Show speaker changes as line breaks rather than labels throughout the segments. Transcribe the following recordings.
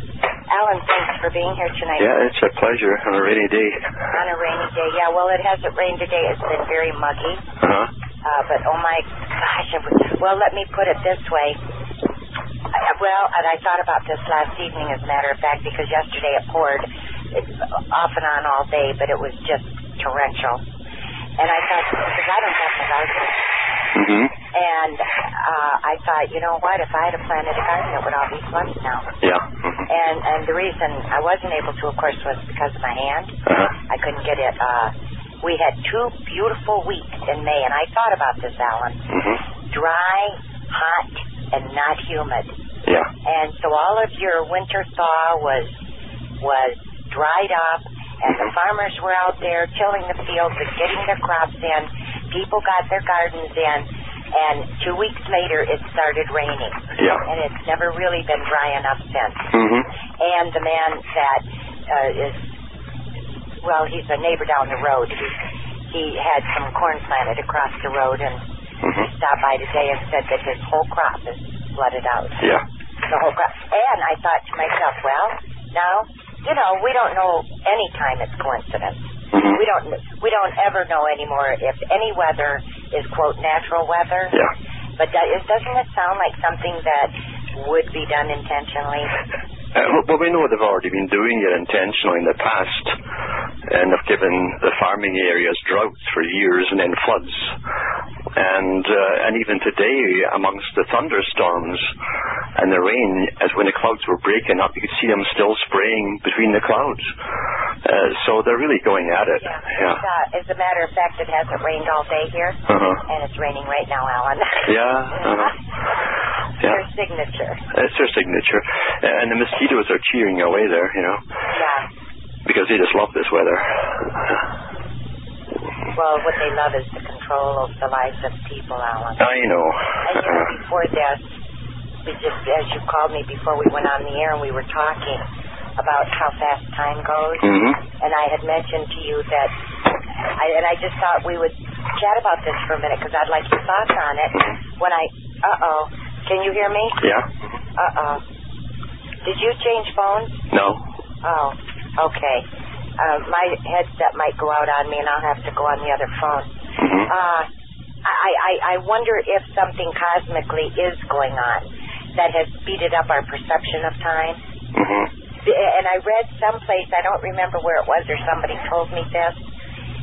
Alan, thanks for being here tonight.
Yeah, it's a pleasure on a rainy day.
On a rainy day, yeah. Well, it hasn't rained today. It's been very muggy.
Uh-huh.
Uh, but oh my gosh, it was, well, let me put it this way. I- Well, and I thought about this last evening, as a matter of fact, because yesterday it poured it, off and on all day, but it was just torrential. And I thought, because I don't have a garden,
Mm-hmm.
and uh, I thought, you know what? If I had planted a garden, it would all be flooded now.
Yeah. Mm-hmm.
And and the reason I wasn't able to, of course, was because of my hand.
Uh-huh.
I couldn't get it. Uh, we had two beautiful weeks in May, and I thought about this, Alan.
Mm-hmm.
Dry, hot, and not humid.
Yeah.
And so all of your winter thaw was was dried up, and the farmers were out there tilling the fields and getting their crops in. People got their gardens in, and two weeks later it started raining,
Yeah.
and it's never really been dry enough since
Mm-hmm.
and the man that uh, is well, he's a neighbor down the road. He he had some corn planted across the road, and he
Mm-hmm.
stopped by today and said that his whole crop is flooded out.
Yeah.
The whole crop. And I thought to myself, well, now you know we don't know any time it's coincidence.
Mm-hmm.
We don't we don't ever know anymore if any weather is quote natural weather.
Yeah.
But that, it, doesn't it sound like something that would be done intentionally?
Uh, well, we know they've already been doing it intentionally in the past, and have given the farming areas drought for years and then floods. And uh, and even today, amongst the thunderstorms and the rain, as when the clouds were breaking up, you could see them still spraying between the clouds. Uh, so they're really going at it.
Yeah.
Yeah.
Uh, as a matter of fact, it hasn't rained all day here,
Uh-huh.
and it's raining right now, Alan.
Yeah. Uh-huh. Yeah.
Your signature.
It's their signature. And the mosquitoes are cheering away there, you know,
Yeah.
because they just love this weather.
Well, what they love is the control of the lives of people, Alan.
I know.
And you know,
Uh,
before this, we just as you called me before we went on the air, and we were talking about how fast time goes.
mhm.
and I had mentioned to you that, I, and I just thought we would chat about this for a minute because I'd like your thoughts on it. When I, uh oh, can you hear me?
Yeah.
Uh oh. Did you change phones?
No.
Oh, okay. Uh, my headset might go out on me, and I'll have to go on the other phone.
Mhm.
Uh, I, I, I wonder if something cosmically is going on that has speeded up our perception of time.
Mhm.
And I read someplace, I don't remember where it was, or somebody told me this,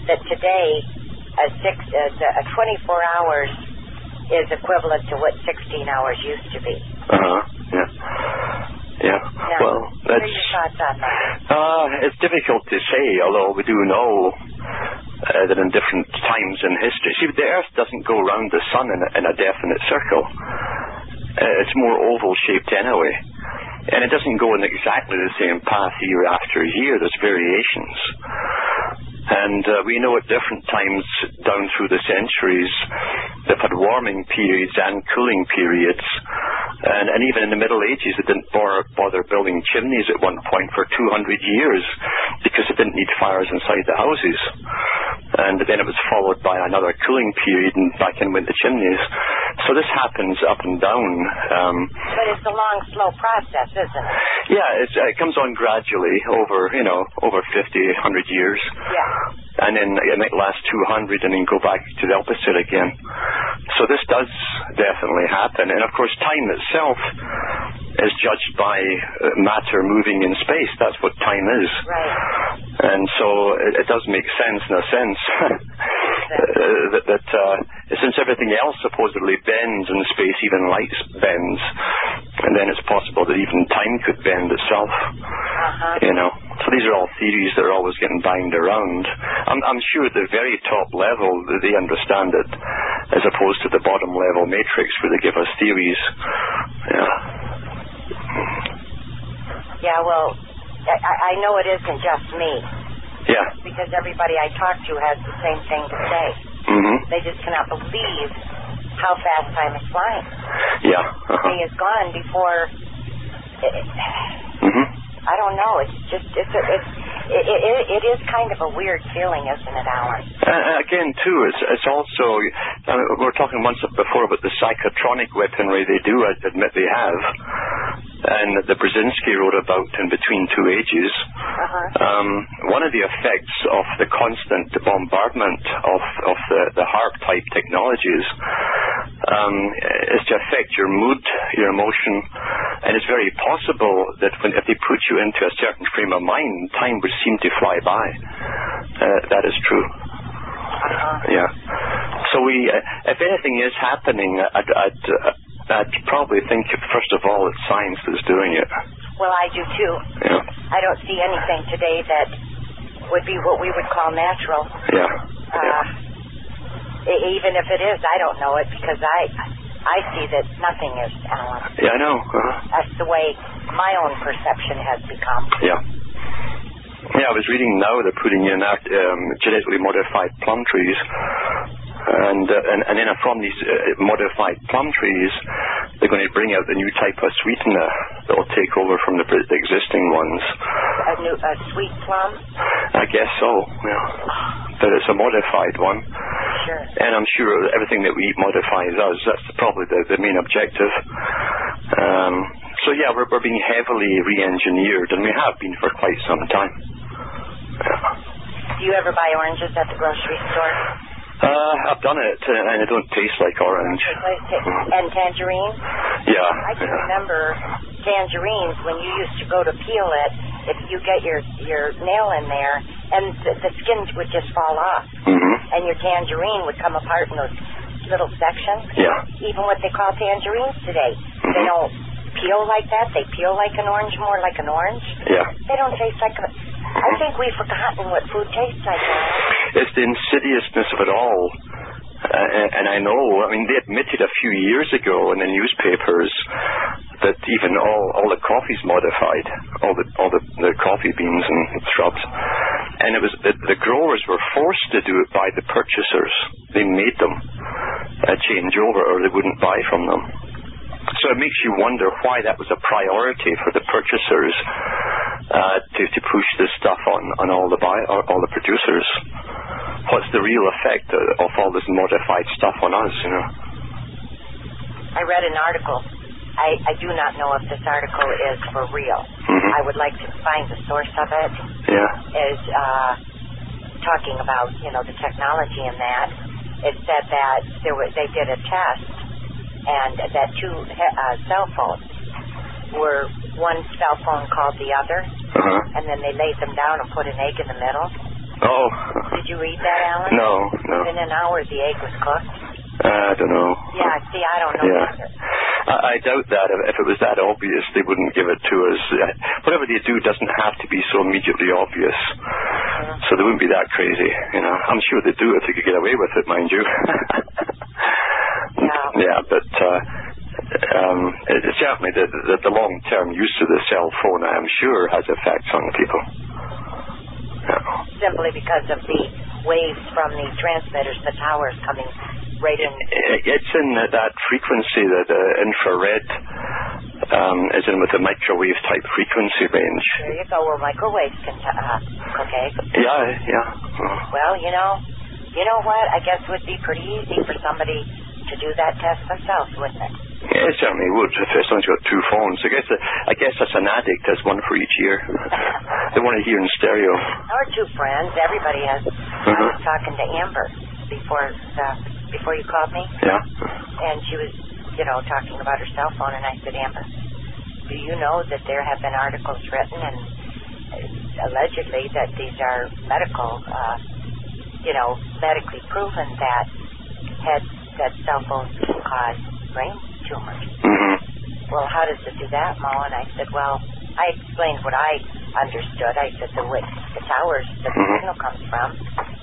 that today a six, uh, a 24 hours is equivalent to what 16 hours used to be.
Uh huh. Yeah. Yeah.
Now,
Well,
what
that's
are your thoughts on that?
uh, it's difficult to say, although we do know. Uh, that in different times in history, see, the Earth doesn't go round the Sun in a, in a definite circle. Uh, it's more oval shaped anyway, and it doesn't go in exactly the same path year after year. There's variations. And uh, we know at different times down through the centuries, they've had warming periods and cooling periods. And, and even in the Middle Ages, they didn't bother, bother building chimneys at one point for 200 years because they didn't need fires inside the houses. And then it was followed by another cooling period and back in with the chimneys. So this happens up and down. Um,
But it's a long, slow process, isn't it?
yeah, it's, uh, it comes on gradually over, you know, over 50, 100 years.
Yeah.
And then it might last 200 and then go back to the opposite again. So this does definitely happen. And of course, time itself is judged by uh, matter moving in space. That's what time is.
Right.
And so it, it does make sense in a sense uh, that, that uh, since everything else supposedly bends in space, even light bends, and then it's possible that even time could bend itself.
Uh-huh.
You know, so these are all theories that are always getting banged around. I'm, I'm sure at the very top level that they understand it, as opposed to the bottom level matrix where they give us theories. Yeah.
Yeah, well, I, I I know it isn't just me
Yeah.
because everybody I talk to has the same thing to say.
Mhm.
They just cannot believe how fast time is flying.
Yeah.
Day
Uh-huh.
is gone before.
Mhm.
I don't know. It's just it's a, it's it, it, it is kind of a weird feeling, isn't it, Alan?
Uh, again, too, it's, it's also, I mean, we were talking once before about the psychotronic weaponry they do ad- admit they have. And then that Brzezinski wrote about in Between Two Ages,
Uh-huh.
um, one of the effects of the constant bombardment of, of the, the harp type technologies um, is to affect your mood, your emotion, and it's very possible that when, if they put you into a certain frame of mind, time would seem to fly by. Uh, that is true.
Uh-huh.
Yeah. So we, uh, if anything is happening, I'd, I'd, uh, I'd probably think first of all it's science that's doing it.
Well, I do too.
Yeah.
I don't see anything today that would be what we would call natural.
Yeah.
Uh, e- even if it is, I don't know it because I I see that nothing is, Alan.
Yeah. I know. Uh-huh.
That's the way my own perception has become.
Yeah. Yeah, I was reading now they're putting in act, um, genetically modified plum trees, and uh, and and then from these uh, modified plum trees, they're going to bring out a new type of sweetener that will take over from the, pre- the existing ones.
A new a sweet plum,
I guess so. Yeah, but it's a modified one,
sure.
and I'm sure everything that we eat modifies us. That's probably the, the main objective. Um, so yeah, we're, we're being heavily re-engineered, and we have been for quite some time. Yeah.
Do you ever buy oranges at the grocery store?
Uh, I've done it, uh, and it don't taste like orange.
And tangerines?
Yeah.
I can
yeah.
remember tangerines when you used to go to peel it. If you get your your nail in there, and the, the skin would just fall off,
Mhm.
and your tangerine would come apart in those little sections.
Yeah.
Even what they call tangerines today, they
Mhm.
don't peel like that. They peel like an orange, more like an orange.
Yeah.
They don't taste like. A, I think we've forgotten what food tastes like. Now.
It's the insidiousness of it all. Uh, and, and I know, I mean, they admitted a few years ago in the newspapers that even all, all the coffee's modified, all the all the, the coffee beans and shrubs, and it was the, the growers were forced to do it by the purchasers. They made them uh, change over, or they wouldn't buy from them. So it makes you wonder why that was a priority for the purchasers uh, to, to push this stuff on, on all the buy, or all the producers. What's the real effect of all this modified stuff on us? You know?
I read an article. I, I do not know if this article is for real.
Mhm.
I would like to find the source of it.
Yeah.
Is uh, talking about you know the technology in that. It said that there was, they did a test and that two he- uh, cell phones were one cell phone called the other,
Uh-huh.
and then they laid them down and put an egg in the middle.
Oh.
Did you read that, Alan?
No, no.
Within an hour, the egg was cooked.
Uh, I don't know.
Yeah. See, I don't know.
Yeah.
either.
I, I doubt that. If- If it was that obvious, they wouldn't give it to us. Uh, Whatever they do doesn't have to be so immediately obvious.
Uh-huh.
So they wouldn't be that crazy, you know. I'm sure they do if they could get away with it, mind you.
Yeah.
yeah, but uh, um, it, it's certainly the, the, the long-term use of the cell phone, I am sure, has effects on people. Yeah.
simply because of the waves from the transmitters, the towers coming right in.
It- It's in that- that frequency that uh, infrared um, is in with the microwave type frequency range.
There you go. Well, microwaves can t- uh, okay.
Yeah, yeah.
Well, you know, you know what? I guess it would be pretty easy for somebody to do that test themselves, wouldn't it?
Yeah, It certainly would if someone's got two phones. I guess I guess that's an addict. There's one for each ear. they want to hear in stereo.
Our two friends, everybody has. I was talking to Amber before uh, before you called me,
Yeah.
and she was, you know, talking about her cell phone, and I said, Amber, do you know that there have been articles written and uh, allegedly that these are medical, uh, you know, medically proven that had that cell phones can cause brain tumors.
hmm
Well, how does it do that, Mo? And I said, well, I explained what I understood. I said the way the towers that the
Mhm.
signal comes from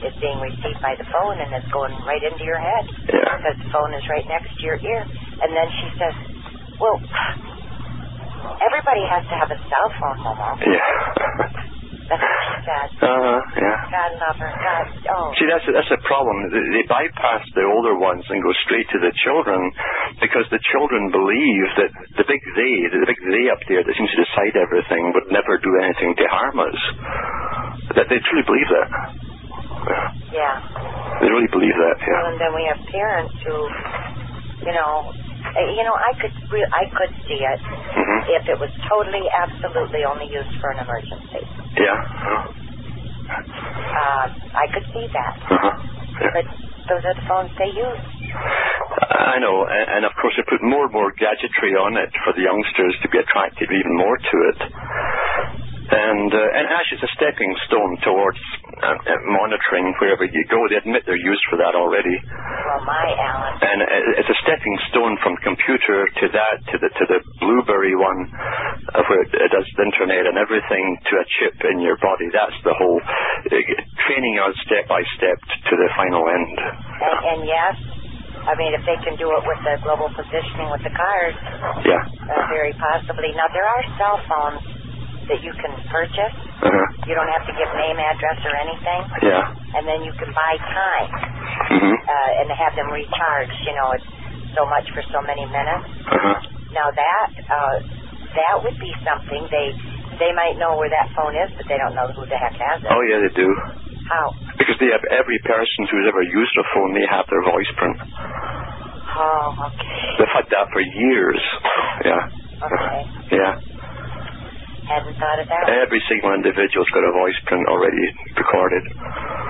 is being received by the phone and it's going right into your head
Yeah.
because the phone is right next to your ear. And then she says, well, everybody has to have a cell phone, Momo.
Yeah.
That's what she said.
Uh, yeah.
God love her. God, oh.
See, that's a, that's a problem. They they bypass the older ones and go straight to the children because the children believe that the big they, the big they up there that seems to decide everything would never do anything to harm us. That they truly believe that. Yeah.
Yeah.
They really believe that, yeah.
Well, and then we have parents who, you know, Uh, You know, I could re- I could see it
Mhm.
if it was totally, absolutely only used for an emergency.
Yeah.
Um, I could see that,
Uh-huh. Yeah.
but those are the phones they use.
I know, and, and of course they put more and more gadgetry on it for the youngsters to be attracted even more to it. And uh, and Ash is a stepping stone towards uh, uh, monitoring wherever you go. They admit they're used for that already,
Well, my Alan,
and uh, it's a stepping stone from computer to that to the to the BlueBerry one, uh, where it does the internet and everything to a chip in your body. That's the whole uh, training us step by step to the final end.
and, and yes, I mean if they can do it with the global positioning with the cars,
Yeah.
uh, very possibly. Now there are cell phones that you can purchase.
Uh-huh.
You don't have to give name, address, or anything,
Yeah.
and then you can buy time
Mhm.
uh, and have them recharged. You know, it's so much for so many minutes.
Uh-huh.
Now that uh, that would be something they they might know where that phone is, but they don't know who the heck has it.
Oh yeah, they do.
How?
Because they have every person who's ever used a phone, they have their voice print.
Oh, okay,
They've had that for years. Yeah.
okay.
Yeah.
Hadn't thought of that.
Every single individual's got a voice print already recorded.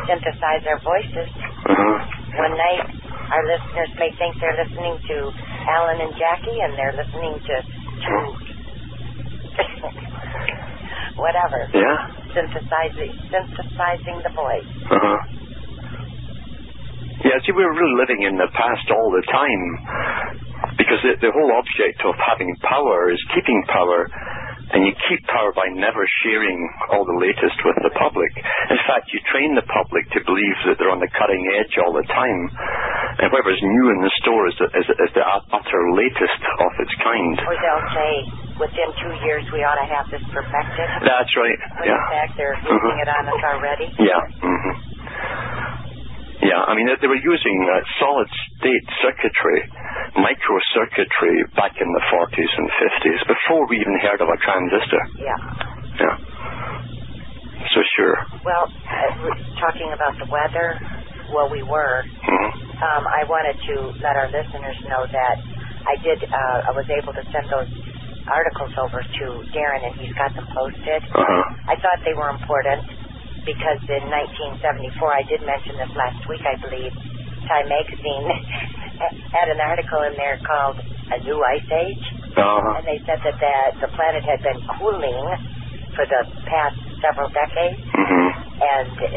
Synthesize their voices.
Uh-huh.
One night, our listeners may think they're listening to Alan and Jackie, and they're listening to to whatever
Yeah.
synthesizing synthesizing the voice.
Uh-huh. Yeah, see, we're really living in the past all the time because the, the whole object of having power is keeping power, and you keep power by never sharing all the latest with the public. In fact, you train the public to believe that they're on the cutting edge all the time, and whatever's new in the store is the, is, is the utter latest of its kind.
Or they'll say, within two years, we ought to have this perfected.
That's right.
When in
Yeah. Mm-hmm.
fact, they're using it on us already.
Yeah. hmm Yeah, I mean, they were using uh, solid state circuitry, microcircuitry back in the 40s and 50s, before we even heard of a transistor.
Yeah.
Yeah. So, sure.
Well, uh, we're talking about the weather, well, we were.
hmm
Um, I wanted to let our listeners know that I did. Uh, I was able to send those articles over to Darren, and he's got them posted.
Uh
I
huh.
thought they were important because in 1974, I did mention this last week, I believe. Time magazine had an article in there called "A New Ice Age,"
Uh huh.
and they said that the, the planet had been cooling for the past several decades
hmm
and uh,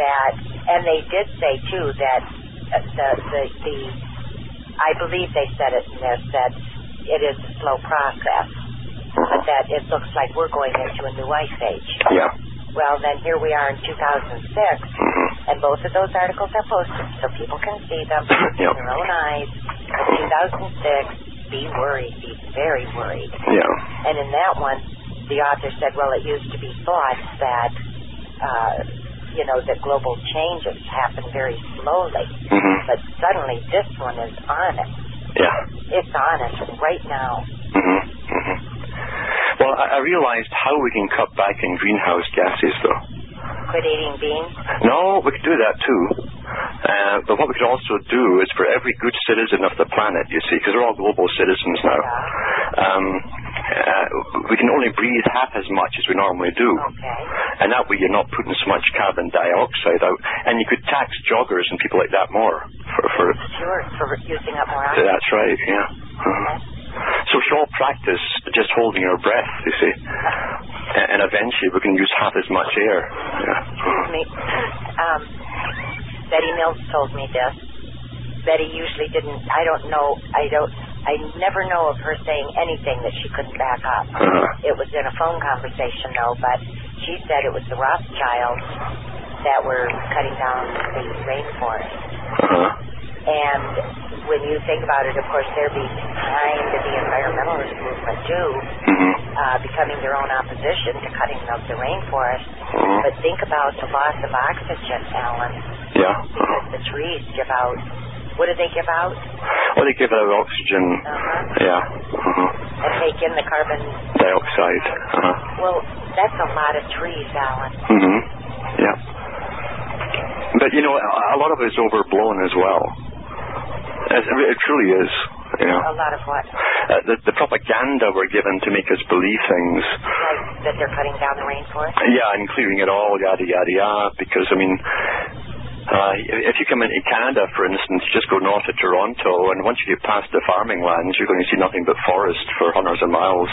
that and they did say too that uh, the the, the I believe they said it in this that it is a slow process, but that it looks like we're going into a new ice age.
Uh-huh. Yeah.
Well, then here we are in 2006,
hmm
and both of those articles are posted so people can see them with
Yep.
their own eyes. But 2006, be worried, be very worried.
Yeah.
And in that one, the author said, well, it used to be thought that, uh, you know, that global changes happen very slowly,
hmm
but suddenly this one is on it.
Yeah.
It's on it right now.
hmm hmm Well, I, I realized how we can cut back in greenhouse gases, though.
Quit eating beans.
No, we could do that too. Uh, but what we could also do is for every good citizen of the planet, you see, because we're all global citizens now, um, uh, we can only breathe half as much as we normally do.
Okay.
And that way you're not putting so much carbon dioxide out. And you could tax joggers and people like that more. For, for
Sure, for using up more oxygen.
That's right, yeah. Uh-huh. So we should all practice just holding our breath, you see. A- And eventually we can use half as much air. Yeah.
Excuse me. Um, Betty Mills told me this. Betty usually didn't. I don't know. I don't. I never know of her saying anything that she couldn't back up.
Uh-huh.
It was in a phone conversation though, but she said it was the Rothschilds that were cutting down the rainforest.
Uh-huh.
And when you think about it, of course, they're behind the environmentalist movement too,
hmm
uh, becoming their own opposition to cutting up the rainforest.
Mhm.
But think about the loss of oxygen, Alan,
Yeah. Mm-hmm.
because the trees give out. What do they give out?
Well, they give out oxygen.
Uh-huh.
Yeah. Uh-huh.
And take in the carbon.
Dioxide. Uh-huh.
Well, that's a lot of trees, Alan.
hmm Yeah. But you know, a a lot of it's overblown as well. It it truly is.
of
Yeah.
a lot of what?
Uh, the, the propaganda we're given to make us believe things.
Like that they're cutting down the rainforest.
Yeah, and clearing it all, yada, yada, yada, because, I mean, uh, if if you come into Canada, for instance, just go north of Toronto, and once you get past the farming lands, you're going to see nothing but forest for hundreds of miles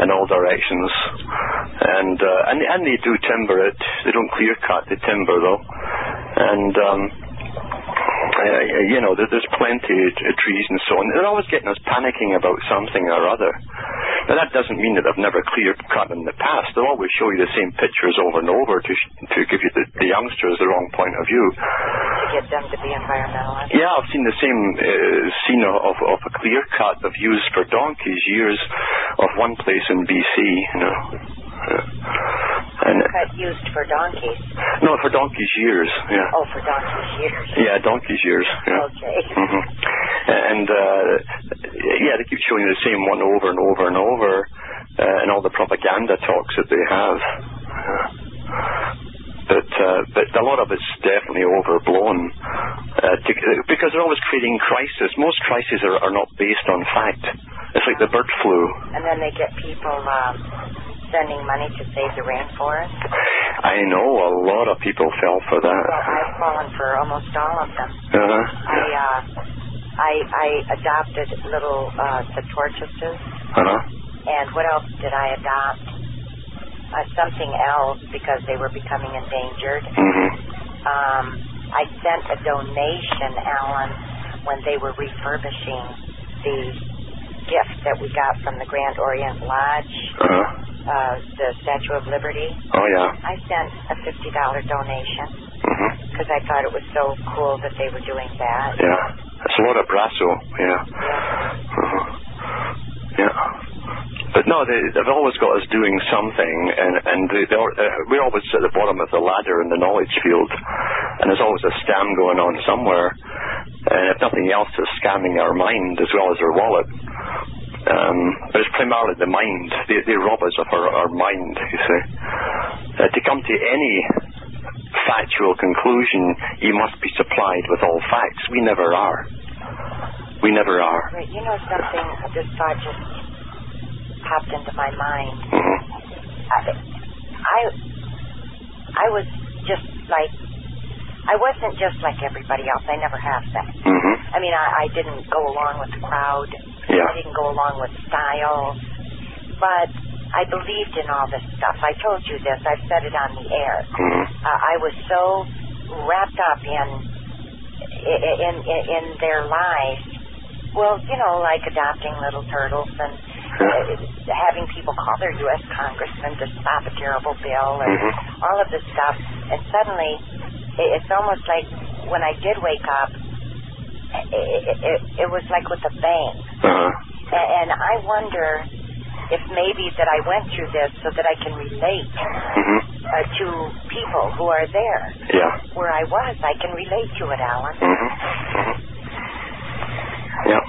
in all directions. And, uh, and, and they do timber it. They don't clear cut, they timber, though. And, um, uh, you know, there- there's plenty of t- trees and so on. They're always getting us panicking about something or other. Now, that doesn't mean that they've never clear cut in the past. They'll always show you the same pictures over and over to, sh- to give you the, the youngsters the wrong point of view.
To get them to be environmentalists.
Yeah, I've seen the same uh, scene of, of, of a clear cut of used for donkeys years of one place in BC, you know. Yeah. And,
Cut used for donkeys.
no, for donkeys years, yeah.
Oh, for donkeys years.
Yeah, donkey's years. Yeah.
Okay.
hmm And uh, yeah, they keep showing the same one over and over and over, uh, and all the propaganda talks that they have. Yeah. But uh, but a lot of it's definitely overblown uh, to, because they're always creating crisis. Most crises are, are not based on fact. It's like the bird flu.
And then they get people um, sending money to save the rainforest.
I know a lot of people fell for that.
Well, I've fallen for almost all of them.
Uh-huh.
I uh, I, I adopted little uh, the tortoises,
Uh-huh.
and what else did I adopt? Uh, something else because they were becoming endangered.
hmm
Um, I sent a donation, Alan, when they were refurbishing the gift that we got from the Grand Orient Lodge,
Uh-huh.
uh, the Statue of Liberty.
Oh yeah.
I sent a fifty dollar donation
hmm
because I thought it was so cool that they were doing that.
Yeah. It's a lot of brasso, yeah. Uh-huh. Yeah. But no, they, they've always got us doing something, and, and they, they are, uh, we're always at the bottom of the ladder in the knowledge field, and there's always a scam going on somewhere, and if nothing else, they're scamming our mind as well as our wallet. Um, but it's primarily the mind. They, they rob us of our, our mind, you see. Uh, to come to any factual conclusion, you must be supplied with all facts. We never are. We never are.
Right, you know something? This thought just popped into my mind.
hmm
I, I, I was just like, I wasn't just like everybody else. I never have been.
hmm
I mean, I, I didn't go along with the crowd.
Yeah.
I didn't go along with style, but I believed in all this stuff. I told you this. I've said it on the air.
hmm
uh, I was so wrapped up in in, in in their lives. Well, you know, like adopting little turtles and uh, having people call their U.S. congressman to stop a terrible bill and
Mhm.
all of this stuff. And suddenly, i- it's almost like when I did wake up, i- i- it, it was like with a bang.
Uh-huh.
A- And I wonder if maybe that I went through this so that I can relate
hmm
uh, to people who are there
Yeah.
where I was. I can relate to it, Alan.
hmm hmm Yeah.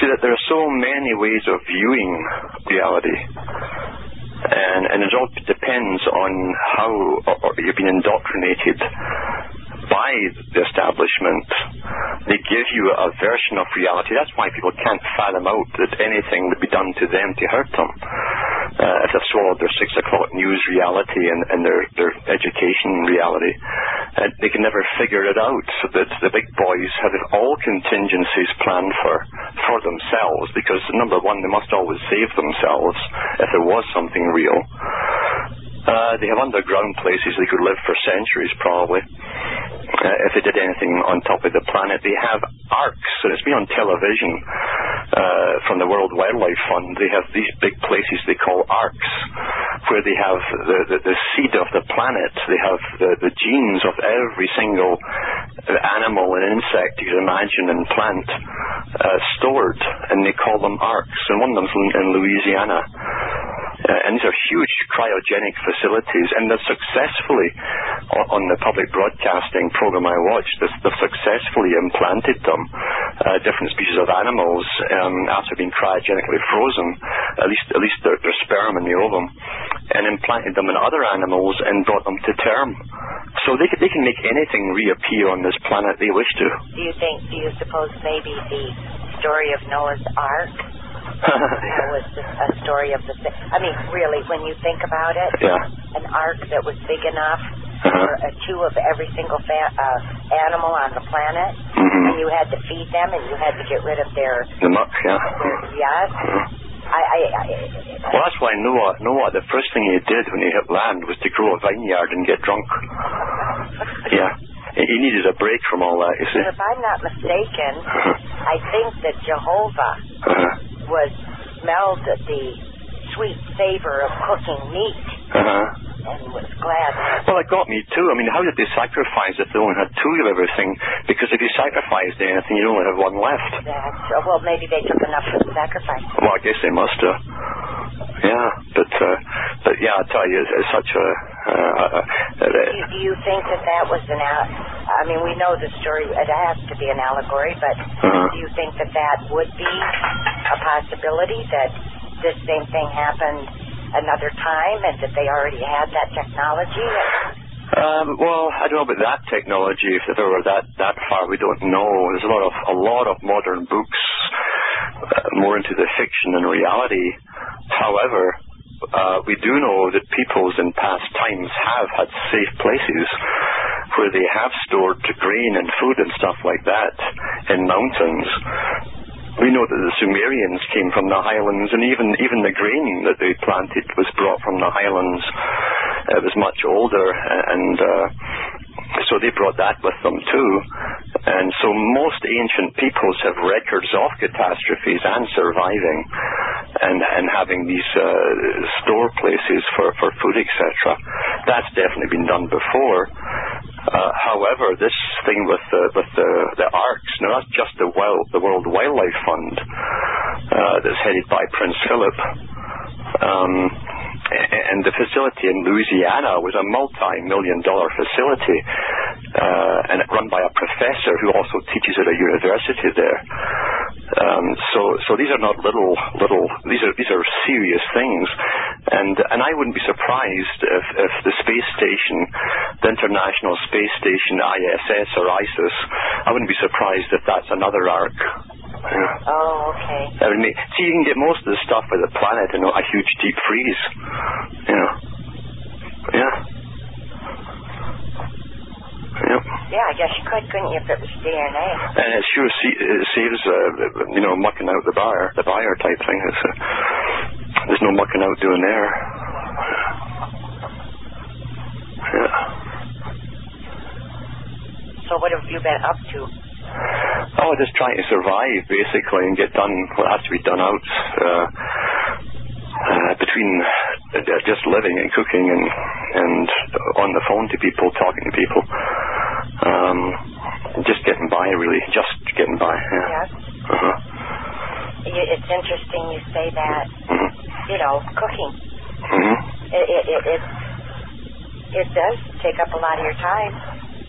See that there are so many ways of viewing reality, and and it all depends on how or, or you've been indoctrinated by the establishment. They give you a version of reality. That's why people can't fathom out that anything would be done to them to hurt them. Uh, if they've swallowed their six o'clock news reality and, and their, their education reality, uh, they can never figure it out. So that the big boys have all contingencies planned for for themselves because number one, they must always save themselves if there was something real. Uh, they have underground places they could live for centuries, probably. Uh, if they did anything on top of the planet, they have arcs, and it's been on television uh, from the World Wildlife Fund. They have these big places they call arcs, where they have the, the, the seed of the planet. They have the, the genes of every single uh, animal and insect you can imagine and plant uh, stored, and they call them arcs. And one of them's in, in Louisiana. Uh, and these are huge cryogenic facilities, and they've successfully, on, on the public broadcasting program I watched, they've, they've successfully implanted them, uh, different species of animals, um, after being cryogenically frozen, at least at least their, their sperm and the ovum, and implanted them in other animals and brought them to term. So they can, they can make anything reappear on this planet they wish to.
Do you think? Do you suppose maybe the story of Noah's Ark. It was just a story of the. thi- I mean, really, when you think about it,
yeah.
an ark that was big enough for uh,
Uh-huh.
two of every single fa- uh, animal on the planet,
Mhm.
and you had to feed them, and you had to get rid of their
The muck, yeah. Mm-hmm.
their yes. I, I, I
Well, that's why Noah, Noah, the first thing he did when he hit land was to grow a vineyard and get drunk. Yeah. He he needed a break from all that, you see.
if I'm not mistaken,
Uh-huh.
I think that Jehovah
Uh-huh.
was smelled the sweet savor of cooking meat
Uh-huh.
and was glad.
Well, it got me too. I mean, how did they sacrifice if they only had two of everything? Because if you sacrificed anything, you only have one left.
That, uh, well, maybe they took enough for the sacrifice.
Well, I guess they must have. Yeah, but uh, but yeah, I tell you, it's, it's such a. Uh, uh,
Do you,
uh,
do you think that that was an al- I mean, we know the story. It has to be an allegory, but
Uh-huh.
do you think that that would be a possibility that this same thing happened another time and that they already had that technology?
um, well, I don't know about that technology. If they were that that far, we don't know. There's a lot of a lot of modern books uh, more into the fiction than reality. However. Uh, we do know that peoples in past times have had safe places where they have stored grain and food and stuff like that in mountains. We know that the Sumerians came from the highlands, and even even the grain that they planted was brought from the highlands. It was much older, and uh, so they brought that with them too. And so most ancient peoples have records of catastrophes and surviving, and and having these uh, store places for for food, etc. That's definitely been done before. Uh, however, this thing with the with the, the arcs, now that's just the wild the World Wildlife Fund uh, that's headed by Prince Philip. Um, a- and the facility in Louisiana was a multi-million dollar facility, uh, and it run by a professor who also teaches at a university there. Um, so, so these are not little, little. These are these are serious things, and and I wouldn't be surprised if, if the space station, the International Space Station, ISS or ISIS, I wouldn't be surprised if that's another arc. Yeah.
Oh, okay.
I mean, see, you can get most of the stuff by the planet in a huge deep freeze. You know. Yeah. Yep.
Yeah, I guess you could, couldn't you, if it was DNA?
And Uh, it sure se- it saves, uh, you know, mucking out the buyer, the buyer type thing. It's, uh, there's no mucking out doing there. Yeah.
So what have you been up to?
Oh, just trying to survive basically and get done what has to be done out uh, uh, between uh, just living and cooking and and on the phone to people, talking to people. Um, just getting by, really, just getting by. Yeah.
Yes.
Uh-huh.
Y- It's interesting you say that,
Mhm.
you know, cooking.
Mhm.
It, it, it, it, it does take up a lot of your time,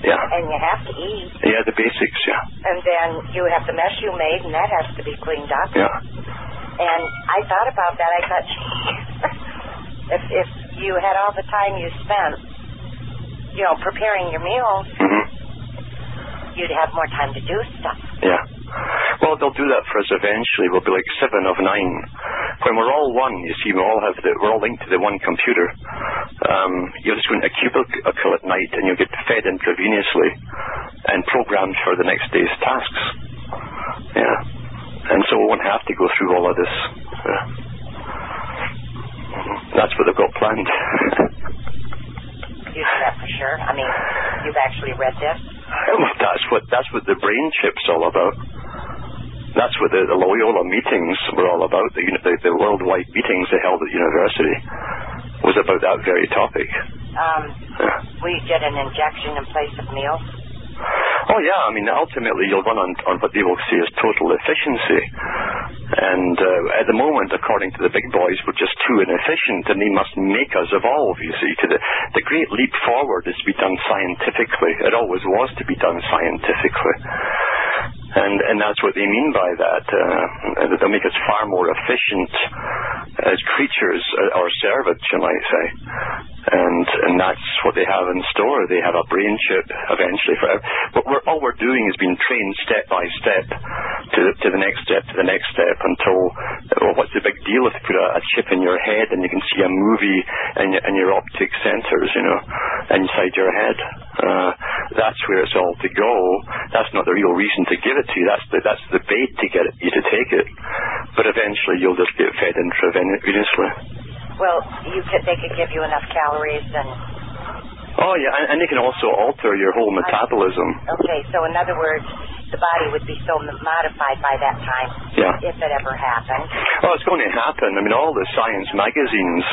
Yeah.
and you have to eat.
Yeah, the basics. Yeah.
And then you have the mess you made, and that has to be cleaned up.
Yeah.
And I thought about that. I thought, "Gee, if if you had all the time you spent, you know, preparing your meals,
Mhm.
you'd have more time to do stuff.
Yeah. Well, they'll do that for us eventually. We'll be like seven of nine. When we're all one, you see, we all have the, we're all linked to the one computer. Um, you'll just go into a cubicle at night and you'll get fed intravenously and programmed for the next day's tasks. Yeah. And so we won't have to go through all of this. Yeah. Mm-hmm. That's what they've got planned.
You know that for sure. I mean, you've actually read this.
Well, that's what that's what the brain chip's all about. That's what the, the Loyola meetings were all about. The, uni- the, the worldwide meetings they held at university was about that very topic.
Um,
Yeah.
we get an injection in place of meals.
Oh yeah, I mean ultimately you'll run on, on what they will see as total efficiency. And uh, at the moment, according to the big boys, we're just too inefficient, and they must make us evolve. You see, to the the great leap forward is to be done scientifically. It always was to be done scientifically. And and that's what they mean by that. Uh, that they'll make us far more efficient as creatures uh, or servants, you might say. And and that's what they have in store. They have a brain chip eventually. For ev- but we're, all we're doing is being trained step by step to to the, to the next step, to the next step, until well, what's the big deal if you put a, a chip in your head and you can see a movie and, and your optic sensors, you know, inside your head? Uh, that's where it's all to go. That's not the real reason to give it to you. That's the that's the bait to get you to take it. But eventually, you'll just get fed intravenously.
Well, you could, they could give you enough calories and.
Oh yeah, and, and they can also alter your whole metabolism.
Okay, so in other words, the body would be so m- modified by that time,
Yeah.
if it ever happened.
Well, it's going to happen. I mean, all the science magazines,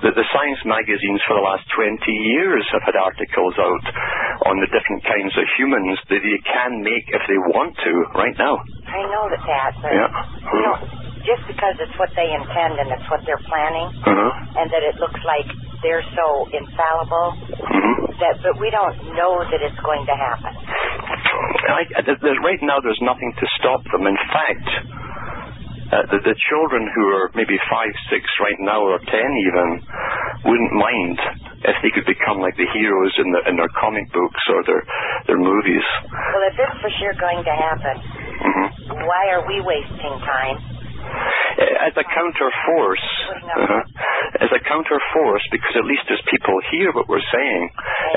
the, the science magazines for the last 20 years have had articles out on the different kinds of humans that they can make if they want to right now.
I know that that, but
Yeah.
you know, just because it's what they intend and it's what they're planning,
Uh-huh.
and that it looks like they're so infallible
hmm
that, but we don't know that it's going to happen.
I, th- there's, right now, there's nothing to stop them. In fact, uh, the, the children who are maybe five, six right now, or ten even, wouldn't mind if they could become like the heroes in, the, in their comic books or their their movies.
Well, if it's for sure going to happen,
hmm
why are we wasting time?
as a counterforce, uh as a counterforce, because at least there's people hear what we're saying.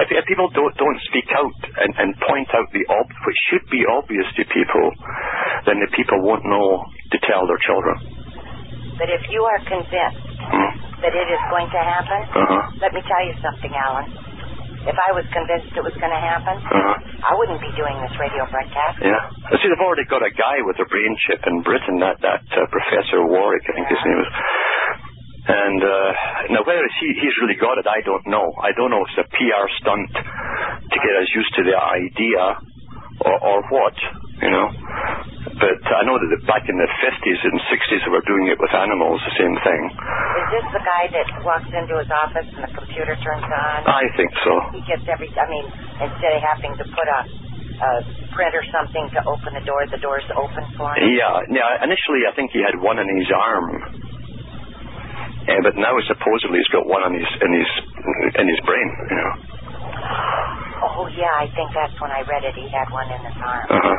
If, if people don't don't speak out and, and point out the ob which should be obvious to people, then the people won't know to tell their children.
But if you are convinced
Hmm?
that it is going to happen,
Uh-huh.
let me tell you something, Alan. If I was convinced it was going to happen,
Uh-huh.
I wouldn't be doing this radio broadcast.
Yeah. You See, they've already got a guy with a brain chip in Britain, that, that uh, Professor Warwick, I think his name is. And uh, now, whether it's he, he's really got it, I don't know. I don't know if it's a PR stunt to get us used to the idea or, or what, you know. But I know that back in the 50s and 60s, they were doing it with animals, the same thing.
Is this the guy that walks into his office and the computer turns on?
I think so.
He gets every, I mean, instead of having to put a, a print or something to open the door, the door's open for him.
Yeah, yeah. Initially, I think he had one in his arm, uh, but now supposedly he's got one on his in his in his brain. You know.
Oh, yeah, I think that's when I read it. He had one in his arm.
Uh huh.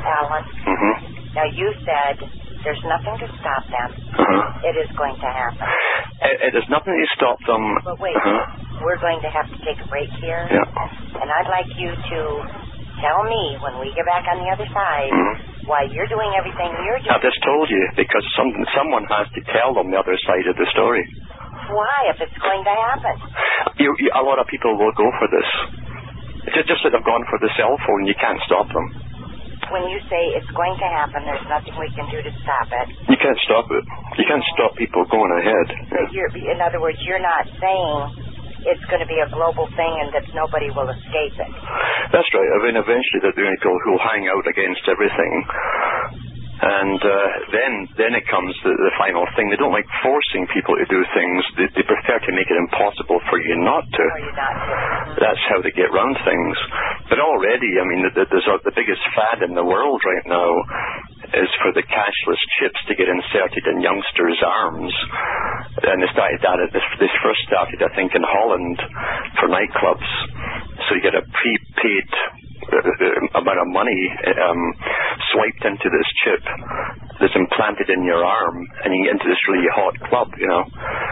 Alan,
Mhm.
now you said there's nothing to stop them.
Uh huh.
It is going to happen.
There's nothing to stop them.
But wait,
Uh-huh.
we're going to have to take a break here.
Yeah.
And I'd like you to tell me when we get back on the other side
Mhm.
why you're doing everything you're
I've
doing.
just told you because some someone has to tell them the other side of the story.
Why, if it's going to happen?
You, you, a lot of people will go for this. Just, just that they've gone for the cell phone, you can't stop them.
When you say it's going to happen, there's nothing we can do to stop it.
You can't stop it. You can't stop people going ahead.
But you're, in other words, you're not saying it's going to be a global thing and that nobody will escape it.
That's right. I mean, eventually they're going to go, who'll hang out against everything. And uh, then, then it comes the, the final thing. They don't like forcing people to do things. They, they prefer to make it impossible for you not to.
Or you're not doing it.
That's how they get round things. But already, I mean, the, the, there's a- the biggest fad in the world right now is for the cashless chips to get inserted in youngsters' arms. And they started that. At, they first started, I think, in Holland for nightclubs. So you get a prepaid uh, uh, amount of money um, swiped into this chip that's implanted in your arm, and you get into this really hot club, you know.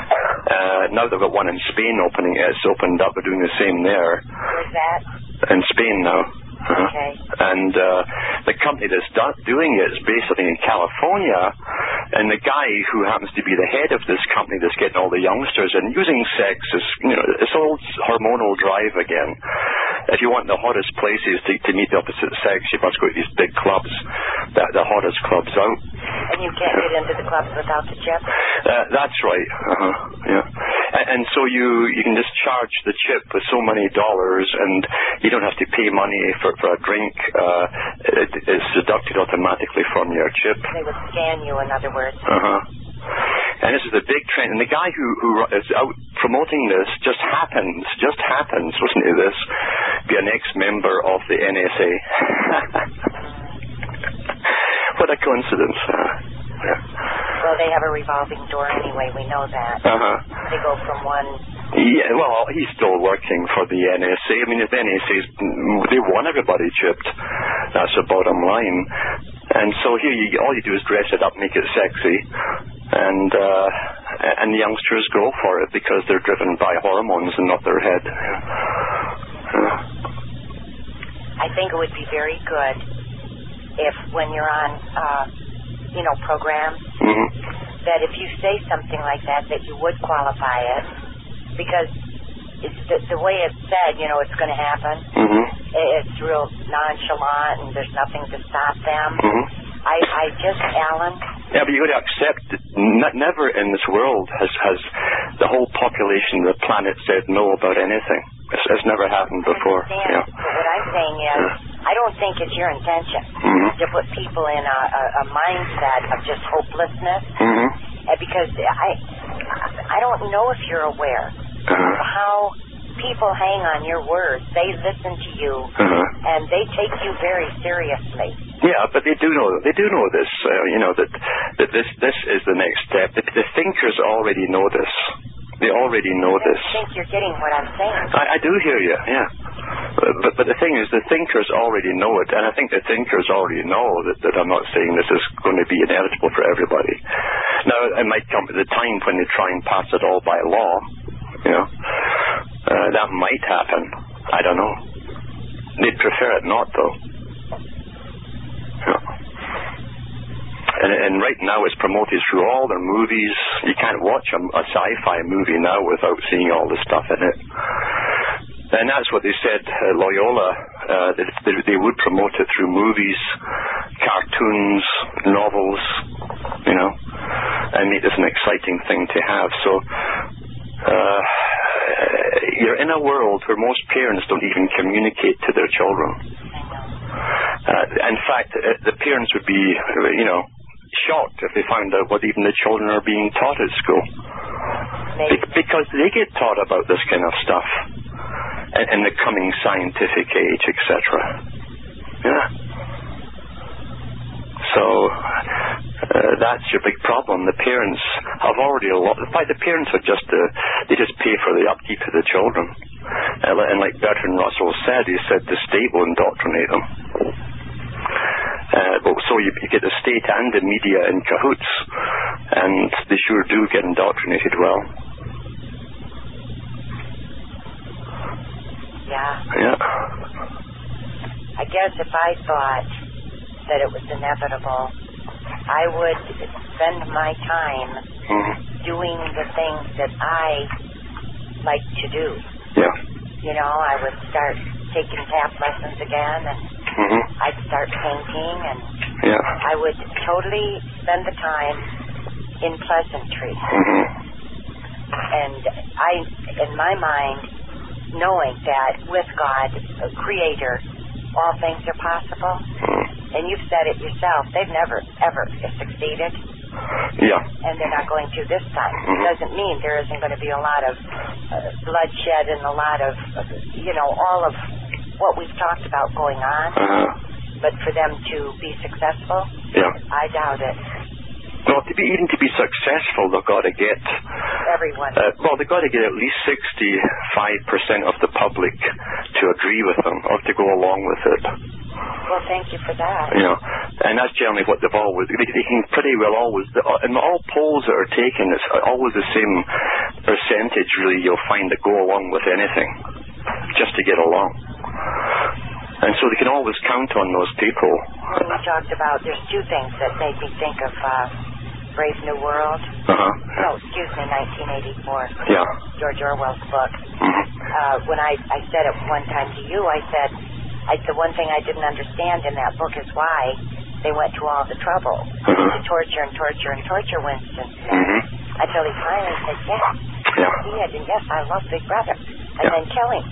Uh, now they've got one in Spain opening. It's opened up. They're doing the same there
Where's that?
in Spain now. Uh-huh.
Okay.
And uh, the company that's do- doing it is based, I think, in California. And the guy who happens to be the head of this company that's getting all the youngsters and using sex is, you know, it's all hormonal drive again. If you want the hottest places to, to meet the opposite sex, you must go to these big clubs, the, the hottest clubs out.
And you can't get into the clubs without the chip?
Uh, that's right. Uh-huh. Yeah. And, and so you you can just charge the chip with so many dollars, and you don't have to pay money for for a drink. Uh, it, it's deducted automatically from your chip.
They would scan you, in other words.
Uh-huh. And this is a big trend. And the guy who, who is out promoting this just happens, just happens, listen to this, be an ex-member of the NSA. what a coincidence. huh? Yeah.
Well, they have a revolving door anyway, we know that.
Uh-huh.
They go from one
Yeah, well, he's still working for the NSA. I mean, if NSA's, they want everybody chipped. That's the bottom line. And so here, you, all you do is dress it up, make it sexy, and uh, and the youngsters go for it because they're driven by hormones and not their head. Uh,
I think it would be very good if, when you're on, uh, you know, programs,
hmm
that if you say something like that, that you would qualify it because it's the, the way it's said, you know, it's going to happen.
hmm
I- It's real nonchalant, and there's nothing to stop them.
hmm
I, I just, Alan,
Yeah, but you got to accept that n- never in this world has has the whole population of the planet said no about anything. It's, it's never happened before.
I understand,
Yeah.
but what I'm saying is, I don't think it's your intention
Mhm.
to put people in a, a, a mindset of just hopelessness,
Mhm.
uh, because I, I don't know if you're aware
Uh-huh.
of how people hang on your words. They listen to you,
Uh-huh.
and they take you very seriously.
Yeah, but they do know they do know this. Uh, you know that that this this is the next step. The, the thinkers already know this. They already know
I
this.
think you're getting what I'm saying.
I, I do hear you. Yeah. But, but but the thing is, the thinkers already know it, and I think the thinkers already know that, that I'm not saying this is going to be inevitable for everybody. Now it might come at the time when they try and pass it all by law. You know, uh, that might happen. I don't know. They'd prefer it not, though. Yeah. And, and right now it's promoted through all their movies. You can't watch a, a sci-fi movie now without seeing all the stuff in it. And that's what they said, uh, Loyola. Uh, that they, they would promote it through movies, cartoons, novels, you know, and make this an exciting thing to have. So uh, you're in a world where most parents don't even communicate to their children. Uh, in fact, uh, the parents would be, uh, you know, shocked if they found out what even the children are being taught at school.
Maybe.
Be- because they get taught about this kind of stuff in, in the coming scientific age, etc. Yeah. So uh, that's your big problem. The parents have already a lot. In fact, the parents are just uh, they just pay for the upkeep of the children. And, li- and like Bertrand Russell said, he said the state will indoctrinate them. Uh, but so you, you get the state and the media in cahoots, and they sure do get indoctrinated well.
Yeah.
Yeah.
I guess if I thought that it was inevitable, I would spend my time
Mhm.
doing the things that I like to do.
Yeah.
You know, I would start taking tap lessons again, and
Mhm.
I'd start painting, and
Yeah.
I would totally spend the time in pleasantry.
Mhm.
And I, in my mind, knowing that with God, the Creator, all things are possible.
Mhm.
And you've said it yourself. They've never, ever succeeded,
Yeah.
and they're not going to this time. It doesn't mean there isn't going to be a lot of uh, bloodshed and a lot of, uh, you know, all of what we've talked about going on.
Uh,
But for them to be successful,
yeah.
I doubt it.
Well, to be even to be successful, they've got to get
Everyone.
uh, well, they've got to get at least sixty-five percent of the public to agree with them or to go along with it.
Well, thank you for that.
You know, and that's generally what they've always they, they can pretty well always uh, and all polls that are taken, it's always the same percentage. Really, you'll find that go along with anything just to get along. And so they can always count on those people.
When we talked about, there's two things that made me think of uh, Brave New World.
Uh huh.
No, excuse me, 1984,
Yeah.
George Orwell's book.
Mhm.
uh, when I, I said it one time to you, I said, I, the one thing I didn't understand in that book is why they went to all the trouble to
Mhm.
torture and torture and torture Winston Smith.
Mhm.
Until he finally said, yes,
Yeah.
he did, and yes, I love Big Brother, and
Yeah.
then kill him.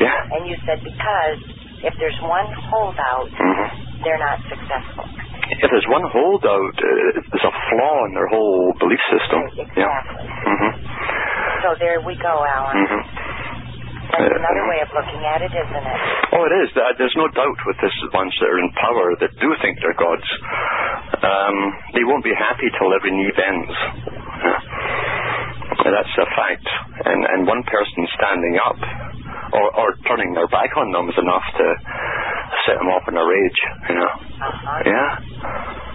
Yeah.
And you said, because if there's one holdout,
Mhm.
they're not successful.
If there's one holdout, uh, there's a flaw in their whole belief system. Yeah.
Exactly.
Mhm.
So there we go, Alan.
Mhm.
That's
Yeah.
another way of looking at it, isn't it?
Oh, it is. There- There's no doubt with this bunch that are in power that do think they're gods. Um, they won't be happy till every knee bends. Yeah. That's a fact. And and one person standing up or, or turning their back on them is enough to set them off in a rage. You know.
Uh-huh.
Yeah.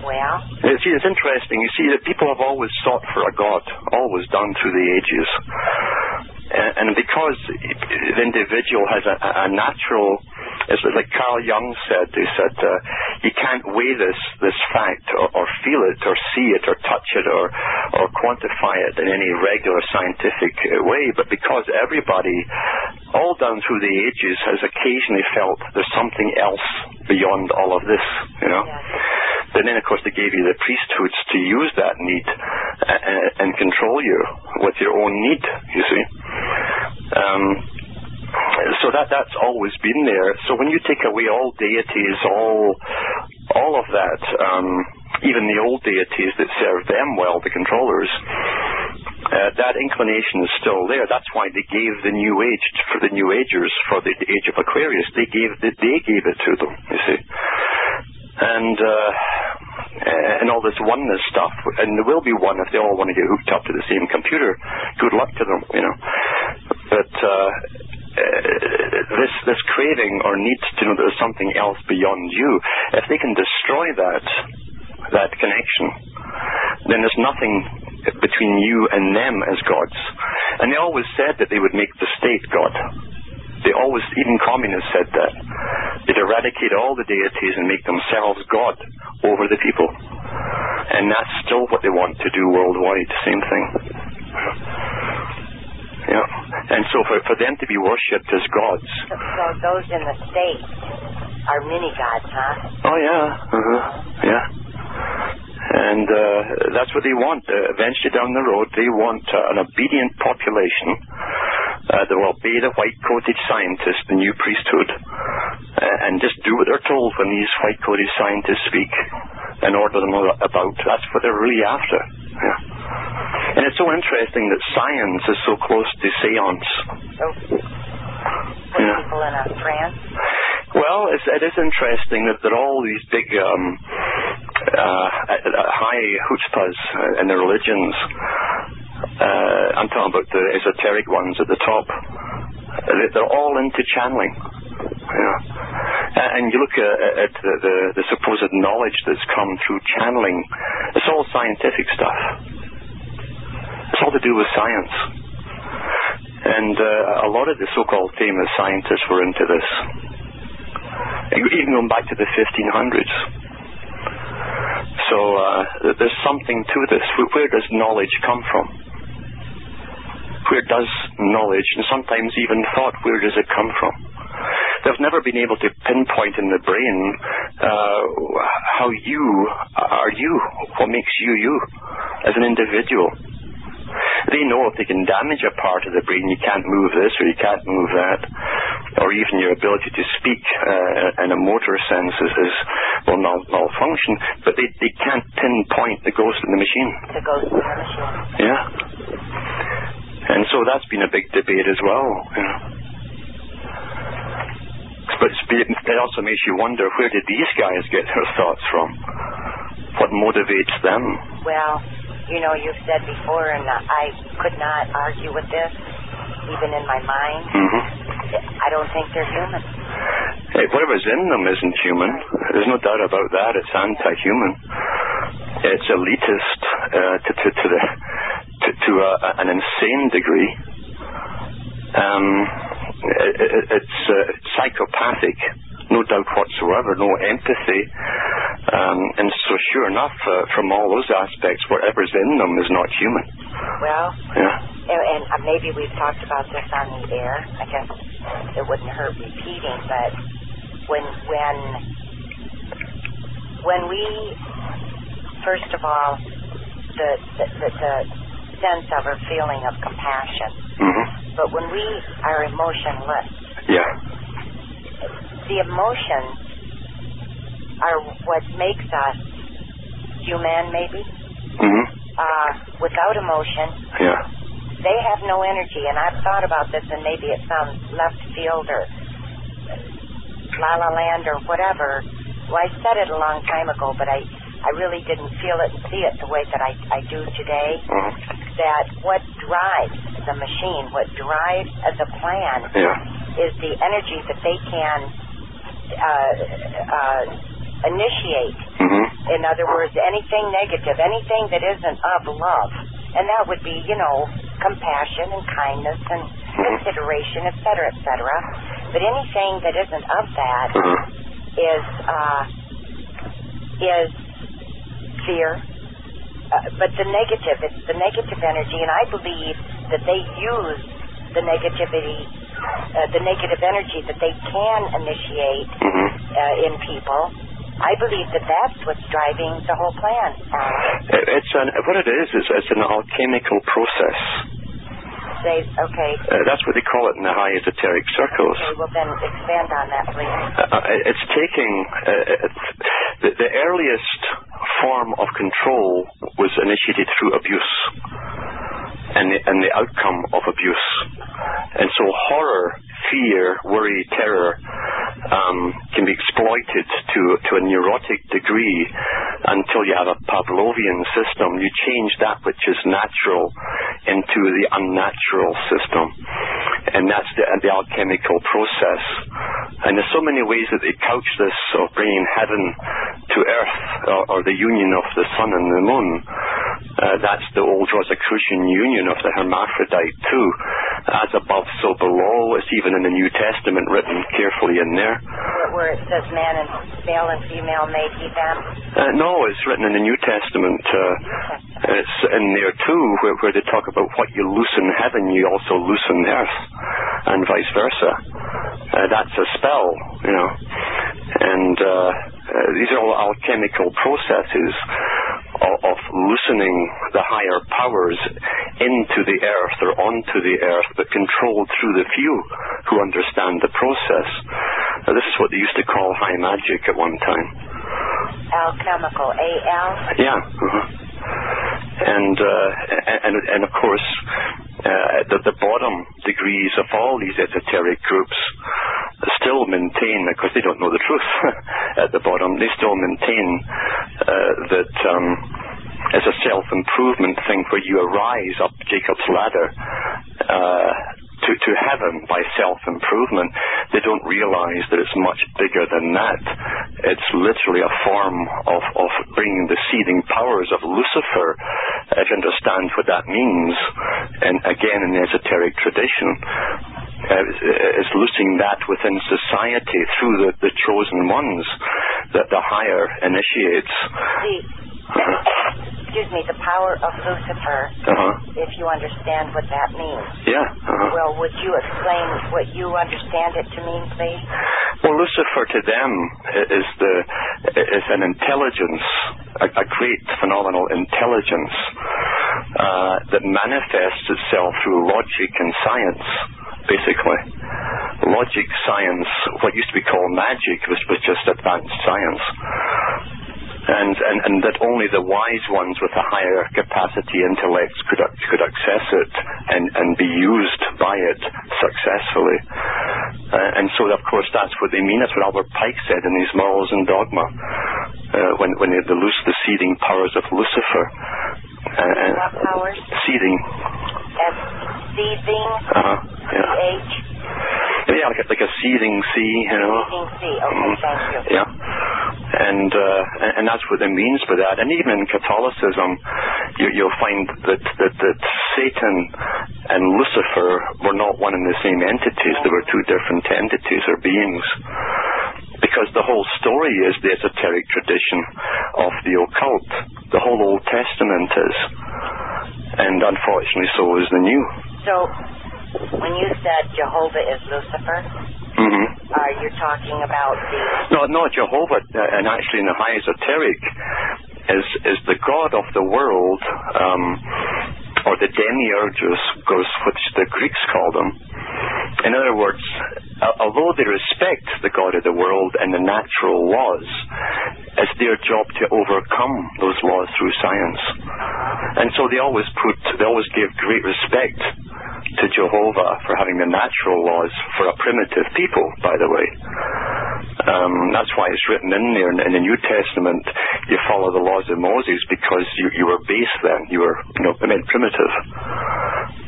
Well,
You see, it's interesting. You see that people have always sought for a God, always done through the ages. And, and because the individual has a, a natural, it's like Carl Jung said, he said, uh, you can't weigh this, this fact or, or feel it or see it or touch it or, or quantify it in any regular scientific uh, way. But because everybody, all down through the ages, has occasionally felt there's something else beyond all of this, you know?
yes.
But then, of course, they gave you the priesthoods to use that need and, and control you with your own need, you see. Um, so that that's always been there. So when you take away all deities, all all of that, um, even the old deities that served them well, the controllers, uh, that inclination is still there. That's why they gave the New Age for the New Agers for the Age of Aquarius. They gave they, they gave it to them. You see and uh, eh, and all this oneness stuff. And there will be one if they all want to get hooked up to the same computer. Good luck to them, you know. But uh, uh, this this craving or need to know there's something else beyond you. If they can destroy that that connection, then there's nothing between you and them as gods. And they always said that they would make the state god. They always, even communists said that. They'd eradicate all the deities and make themselves God over the people. And that's still what they want to do worldwide, same thing. Yeah. And so for, for them to be worshipped as gods.
So, so those in the States are mini gods, huh?
Oh, yeah. Uh-huh. Yeah. And uh, that's what they want. Uh, eventually down the road, they want uh, an obedient population uh, that will obey the white coated scientists, the new priesthood, uh, and just do what they're told when these white coated scientists speak and order them a- about. That's what they're really after. Yeah. And it's so interesting that science is so close to seance.
So, put
Yeah.
people in a trance.
Well, it's, it is interesting that there are all these big um, uh, uh, high chutzpahs uh, in the religions. Uh, I'm talking about the esoteric ones at the top. They- They're all into channeling. Yeah. A- And you look uh, at the, the, the supposed knowledge that's come through channeling, it's all scientific stuff. It's all to do with science. And uh, a lot of the so-called famous scientists were into this, even going back to the 1500s. So uh, th- there's something to this. Wh- Where does knowledge come from? Where does knowledge, and sometimes even thought, where does it come from? They've never been able to pinpoint in the brain uh, how you are you, what makes you you as an individual. They know if they can damage a part of the brain, you can't move this or you can't move that, or even your ability to speak uh, and a motor sense is, is will mal- malfunction, but they, they can't pinpoint the ghost in the machine.
The ghost in the machine.
Yeah. And so that's been a big debate as well. You know. But it's be- it also makes you wonder where did these guys get their thoughts from? What motivates them?
Well, you know, you've said before, and I could not argue with this, even in my mind.
hmm
I don't think they're human.
Hey, whatever's in them isn't human. There's no doubt about that. It's anti-human. It's elitist uh, to, to to the to, to uh, an insane degree. Um, it, it- it's uh, psychopathic, no doubt whatsoever. No empathy, um, and so sure enough, uh, from all those aspects, whatever's in them is not human.
Well,
Yeah.
and, and uh, maybe we've talked about this on the air. I guess it wouldn't hurt repeating, but when when when we first of all the the, the, the sense of or feeling of compassion,
hmm
but when we are emotionless,
Yeah.
the emotions are what makes us human. Maybe
hmm
uh, without emotion,
Yeah.
they have no energy, and I've thought about this, and maybe it sounds left field or la la land or whatever. Well, I said it a long time ago, but I, I really didn't feel it and see it the way that I, I do today.
hmm
That what drives the machine, what drives the plan,
Yeah.
is the energy that they can uh, uh, initiate.
hmm
In other words, anything negative, anything that isn't of love. And that would be, you know, compassion and kindness and consideration, et cetera, et cetera. But anything that isn't of that
hmm
is uh, is fear. Uh, but the negative, it's the negative energy, and I believe that they use the negativity, uh, the negative energy that they can initiate
hmm
uh, in people. I believe that that's what's driving the whole plan. Uh,
It, it's an, what it is, is it's an alchemical process.
they, okay,
Uh, that's what they call it in the high esoteric circles.
okay, well then expand on that, please.
Uh, it's taking uh, it's, the, the earliest form of control was initiated through abuse and the, and the outcome of abuse and so horror fear worry terror um, can be exploited to to a neurotic degree until you have a Pavlovian system you change that which is natural into the unnatural system and that's the, the alchemical process. And there's so many ways that they couch this of bringing heaven to earth, or, or the union of the sun and the moon. Uh, that's the old Rosicrucian union of the hermaphrodite too. As above, so below. It's even in the New Testament written carefully in there.
Where, where it says man and male and female made he them.
Uh, no, it's written in the New Testament. Uh, and it's in there too, where, where they talk about what you loose in heaven, you also loose in earth, and vice versa. Uh, that's a spell, you know. And uh, uh, these are all alchemical processes of, of loosening the higher powers into the earth or onto the earth, but controlled through the few who understand the process. Now, this is what they used to call high magic at one time.
Alchemical. A L.
Yeah. mhm. And, uh, a- and and of course, uh, at the, the bottom degrees of all these esoteric groups still maintain, because they don't know the truth at the bottom, they still maintain uh, that um, as a self-improvement thing where you arise up Jacob's ladder uh, to, to heaven by self-improvement. They don't realize that it's much bigger than that. It's literally a form of, of bringing the seething powers of Lucifer, if you understand what that means. And again, in the esoteric tradition, uh, is loosing that within society through the, the chosen ones that the higher initiates.
The, excuse me, the power of Lucifer,
Uh-huh.
if you understand what that means.
Yeah. Uh-huh.
Well, would you explain what you understand it to mean, please?
Well, Lucifer to them i- is the is an intelligence, a, a great phenomenal intelligence uh, that manifests itself through logic and science, basically. Logic, science, what used to be called magic, was, was just advanced science. and, and, and that only the wise ones with a higher capacity intellects could, ac- could access it and, and be used by it successfully. Uh, and so, of course, that's what they mean. That's what Albert Pike said in his Morals and Dogma uh, when, when they had the loose, the seething powers of Lucifer. Uh, and
What powers?
seething.
As seething,
Uh-huh, yeah.
H,
Yeah, like a, like a seething sea, you know.
seething C. Okay, thank you.
Yeah. And, uh, and and that's what it means by that. And even in Catholicism, you, you'll find that, that that Satan and Lucifer were not one and the same entities. They were two different entities or beings. Because the whole story is the esoteric tradition of the occult. The whole Old Testament is. And unfortunately, so is the New.
So, when you said Jehovah is Lucifer,
hmm
are you Uh, talking about the
No, no, Jehovah, uh, and actually in the high esoteric, is is the God of the world, um, or the demiurgus, goes- which the Greeks called him. In other words, a- although they respect the God of the world and the natural laws, it's their job to overcome those laws through science. And so they always put, they always give great respect to Jehovah for having the natural laws for a primitive people, by the way. Um, that's why it's written in there in, in the New Testament. You follow the laws of Moses because you, you were base then. You were, you know, I mean, primitive.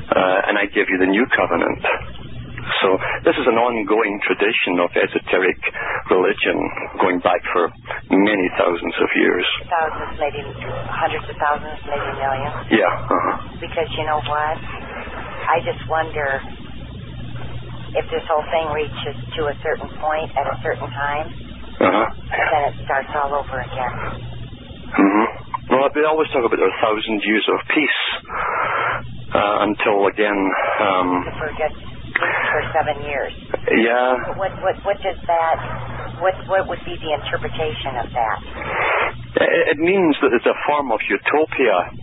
Uh, and I give you the new covenant. So this is an ongoing tradition of esoteric religion going back for many thousands of years.
Thousands, maybe hundreds of thousands, maybe millions.
Yeah. Uh-huh.
Because you know what? I just wonder if this whole thing reaches to a certain point at a certain time,
Uh-huh.
and then it starts all over again.
hmm Well, they always talk about a thousand years of peace uh, until again. Um,
For just for seven years.
yeah.
What what what does that? What what would be the interpretation of that?
It it means that it's a form of utopia.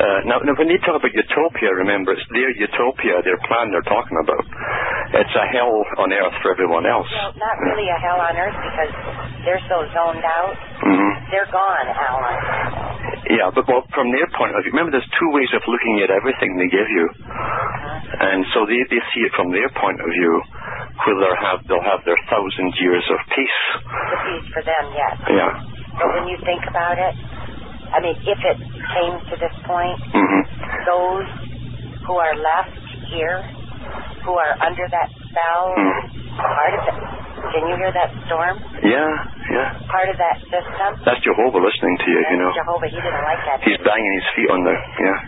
Uh, now, now, when you talk about utopia, remember, it's their utopia, their plan they're talking about. It's a hell on earth for everyone else.
Well, not really a hell on earth because they're so zoned out.
hmm
They're gone, Alan.
Yeah, but well, from their point of view, remember, there's two ways of looking at everything they give you.
Uh-huh.
And so they, they see it from their point of view, where they'll have, they'll have their thousand years of peace.
The peace for them, yes.
Yeah.
But when you think about it, I mean, if it came to this point,
hmm
those who are left here, who are under that spell,
Mhm.
part of the, can you hear that storm?
Yeah, yeah.
Part of that system.
That's Jehovah listening to you, you know.
Jehovah, he didn't like that.
He's banging his feet on the, yeah,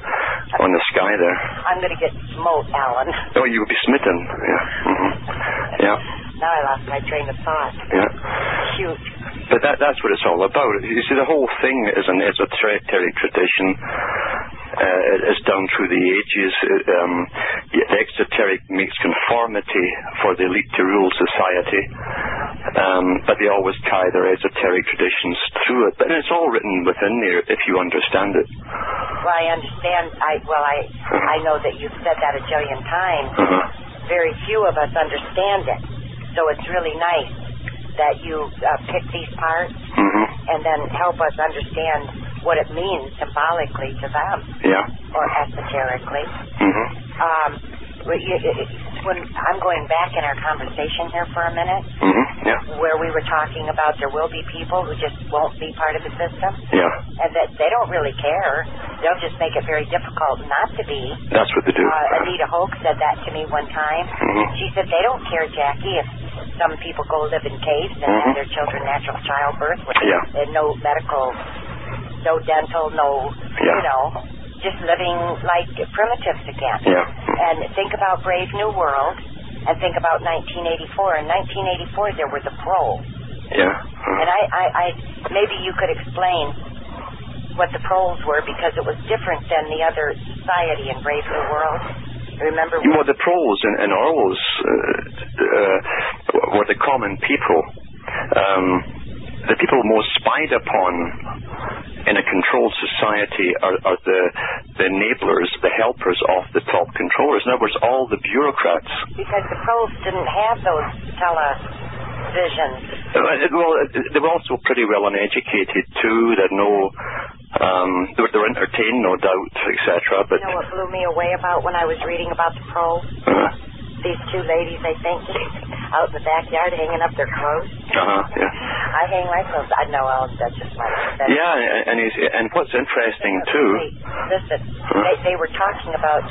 on the sky there.
I'm going to get smote, Alan.
Oh, you would be smitten. Yeah. hmm Yeah.
Now I lost my train of thought.
Yeah.
Shoot.
But that, that's what it's all about. You see, the whole thing is an esoteric tradition. Uh, it- it's down through the ages. It, um, yeah, the exoteric makes conformity for the elite to rule society. Um, but they always tie their esoteric traditions through it. But it's all written within there if you understand it.
Well, I understand. I well, I I know that you've said that a jillion times.
Uh-huh.
Very few of us understand it, so it's really nice that you uh, pick these parts
hmm
and then help us understand what it means symbolically to them
Yeah.
or esoterically.
hmm
Um, but you- it- it- when I'm going back in our conversation here for a minute,
hmm Yeah.
where we were talking about there will be people who just won't be part of the system.
Yeah.
and that they don't really care. They'll just make it very difficult not to be.
That's what they do.
Uh, Anita Hoke said that to me one time.
Mhm.
She said they don't care, Jackie, if some people go live in caves and have
Mhm.
their children natural childbirth with
Yeah.
and no medical, no dental, no,
Yeah.
you know, just living like primitives again.
Yeah.
And think about Brave New World and think about 1984. In 1984, there were the proles.
Yeah.
And I, I, I, maybe you could explain what the proles were because it was different than the other society in Brave New World. Remember?
You know, the proles and, and orals uh, uh, were the common people, um, the people most spied upon in a controlled society are, are the, the enablers, the helpers of the top controllers. In other words, all the bureaucrats.
Because the proles didn't have those televisions.
Uh, Well, uh, they were also pretty well uneducated too. They had no, um, they were, they were entertained, no doubt, etc. But
You know what blew me away about when I was reading about the proles?
uh,
These two ladies, I think, out in the backyard hanging up their clothes.
uh yeah.
I hang my clothes. I know, Ellen, that's just my. That's
Yeah, and and, he's, and what's interesting too.
Wait, listen, they, they were talking about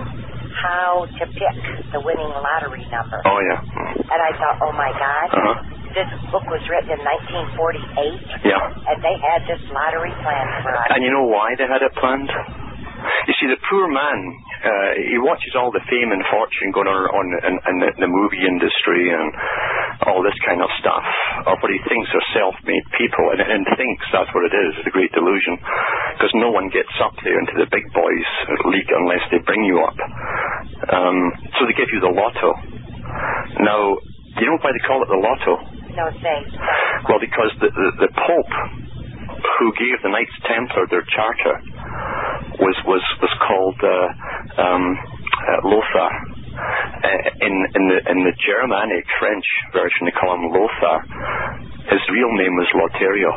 how to pick the winning lottery number.
Oh yeah.
And I thought, oh my God,
Uh huh.
this book was written in 1948,
Yeah.
and they had this lottery plan for us.
And you know why they had it planned? You see, the poor man, uh, he watches all the fame and fortune going on, on in, in, the, the movie industry and all this kind of stuff, of what he thinks are self-made people, and, and thinks that's what it is, the great delusion, because no one gets up there into the big boys league unless they bring you up. Um, so they give you the lotto. Now, you know why they call it the lotto?
No thanks.
Well, because the, the, the Pope, who gave the Knights Templar their charter, was was was called uh, um, uh, Lothar. Uh, in in the in the Germanic French version, they call him Lothar. His real name was Lotario,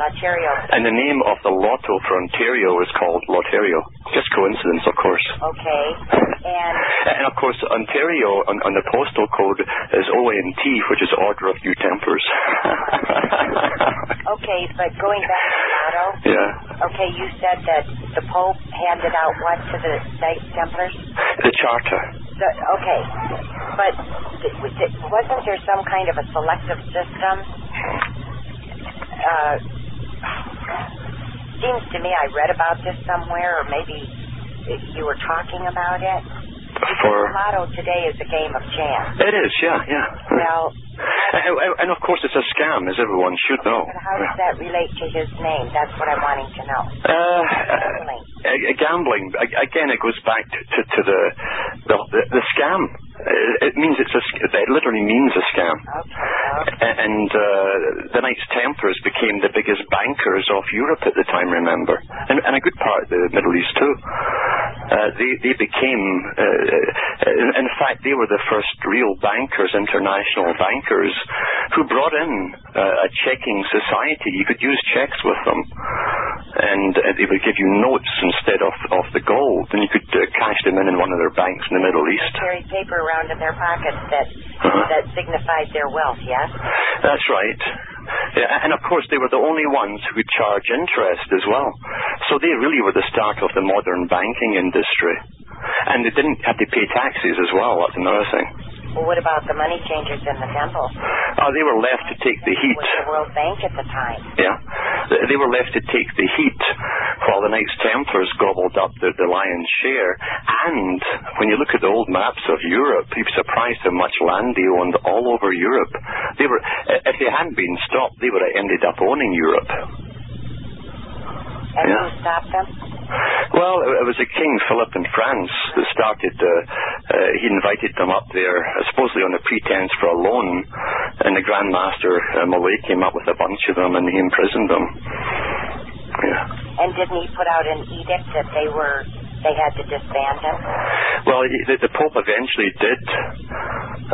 Lotario.
and the name of the Lotto for Ontario is called Lotario. Just coincidence, of course.
Okay. And
And of course, Ontario on, on the postal code is ONT, which is Order of New Templars.
okay, but going back to Lotto,
yeah.
okay, you said that the Pope handed out what to the Knights Templars?
The charter.
The, okay, but wasn't there some kind of a selective system? Uh, seems to me I read about this somewhere, or maybe you were talking about it.
For
Lotto today is a game of chance.
it is, yeah, yeah.
Well,
and, and of course, it's a scam, as everyone should know.
but how does that relate to his name? That's what I'm wanting to know.
Uh, uh,
Gambling.
a- a gambling a- again it goes back to, to, to the, the the scam Uh, it means it's a sc- it literally means a scam
Okay. Well,
A- and uh, the knights templars became the biggest bankers of europe at the time remember and, and a good part of the middle east too uh, they, they became, uh, in- in fact, they were the first real bankers, international bankers, who brought in uh, a checking society. You could use checks with them, and uh, they would give you notes instead of, of the gold, and you could uh, cash them in in one of their banks in the Middle East.
carried paper around in their pockets that
Uh-huh.
that signified their wealth. Yes.
That's right. Yeah, and of course, they were the only ones who could charge interest as well. So they really were the start of the modern banking industry. And they didn't have to pay taxes as well, that's another thing.
Well, what about the money changers in the temple?
Uh, they were left to take the
With
heat.
the World Bank at the time.
Yeah. They- They were left to take the heat while the Knights Templars gobbled up the, the lion's share. And when you look at the old maps of Europe, you'd be surprised how much land they owned all over Europe. They were, i- if they hadn't been stopped, they would have ended up owning Europe.
And who
Yeah.
stopped them?
Well, it it was a King Philip in France that started. Uh, uh, he invited them up there, uh, supposedly on a pretense for a loan, and the Grand Master uh, Malay came up with a bunch of them and he imprisoned them. Yeah.
And didn't he put out an edict that they were they had to disband them?
Well, he- the, the Pope eventually did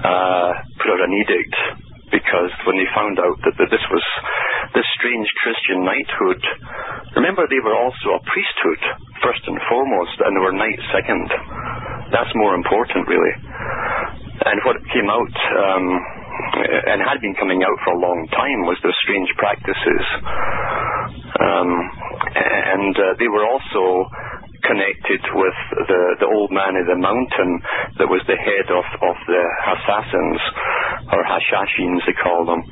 uh, put out an edict because when they found out that, that this was this strange Christian knighthood, remember they were also a priesthood first and foremost, and they were knights second. That's more important, really. And what came out um, and had been coming out for a long time was their strange practices, um, and uh, they were also connected with the, the old man in the mountain that was the head of, of the assassins, or Hashashins they call them,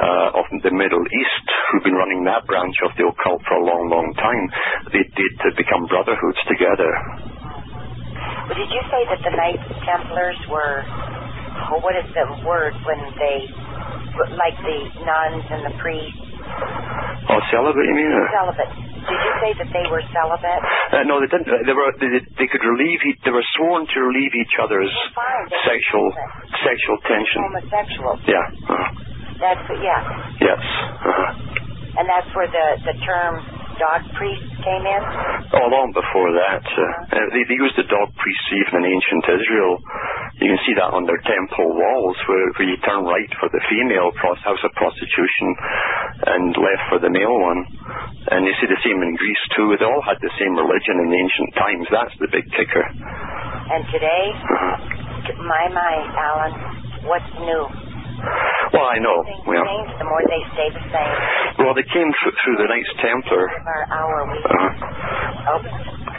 uh, of the Middle East, who've been running that branch of the occult for a long, long time. They did to become brotherhoods together.
But did you say that the Knights Templars were well, what is the word when they like the nuns and the priests
Oh, celibate, you mean?
celibate? Did you say that they were celibate?
Uh, no, they didn't. They were they, they could relieve. e- They were sworn to relieve each other's
Fine, they were
sexual
celibate.
sexual tension.
Homosexuals.
Yeah. Uh-huh.
That's yeah,
Yes. Uh-huh.
and that's where the the term dog priest came in.
Oh, long before that. Uh, uh, they, they used the dog priests even in ancient Israel. You can see that on their temple walls where, where you turn right for the female pros- house of prostitution and left for the male one. And you see the same in Greece too. They all had the same religion in ancient times. That's the big kicker.
And today, my my Alan, what's new?
Well, I know.
Things
Yeah.
change the more they stay the same.
Well, they came through, through the Knights Templar.
Of our hour we
Uh,
oh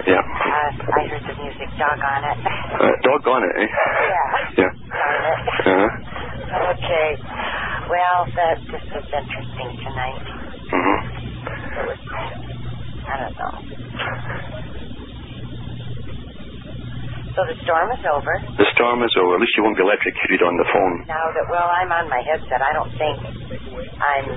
yeah.
uh, I heard the music dog on it.
Uh, doggone it, eh?
Yeah.
Yeah.
Darn it.
Uh-huh.
Okay. Well, that this was interesting tonight.
hmm
It was I don't know. So the storm is over.
The storm is over. At least you won't be electrocuted on the phone.
Now that well, I'm on my headset. I don't think I'm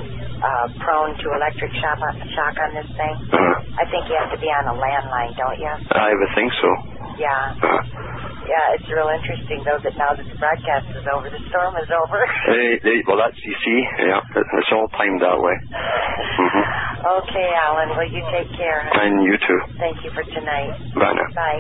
uh, prone to electric shock on, shock on this thing.
Uh-huh.
I think you have to be on a landline, don't you?
I would think so.
Yeah.
Uh,
Yeah, it's real interesting though that now that the broadcast is over, the storm is over.
eh, eh, well, that's you see, yeah, it's all timed that way. Mhm.
okay, Alan. Well, you take care.
And you too,
Thank you for tonight.
Vanna.
Bye.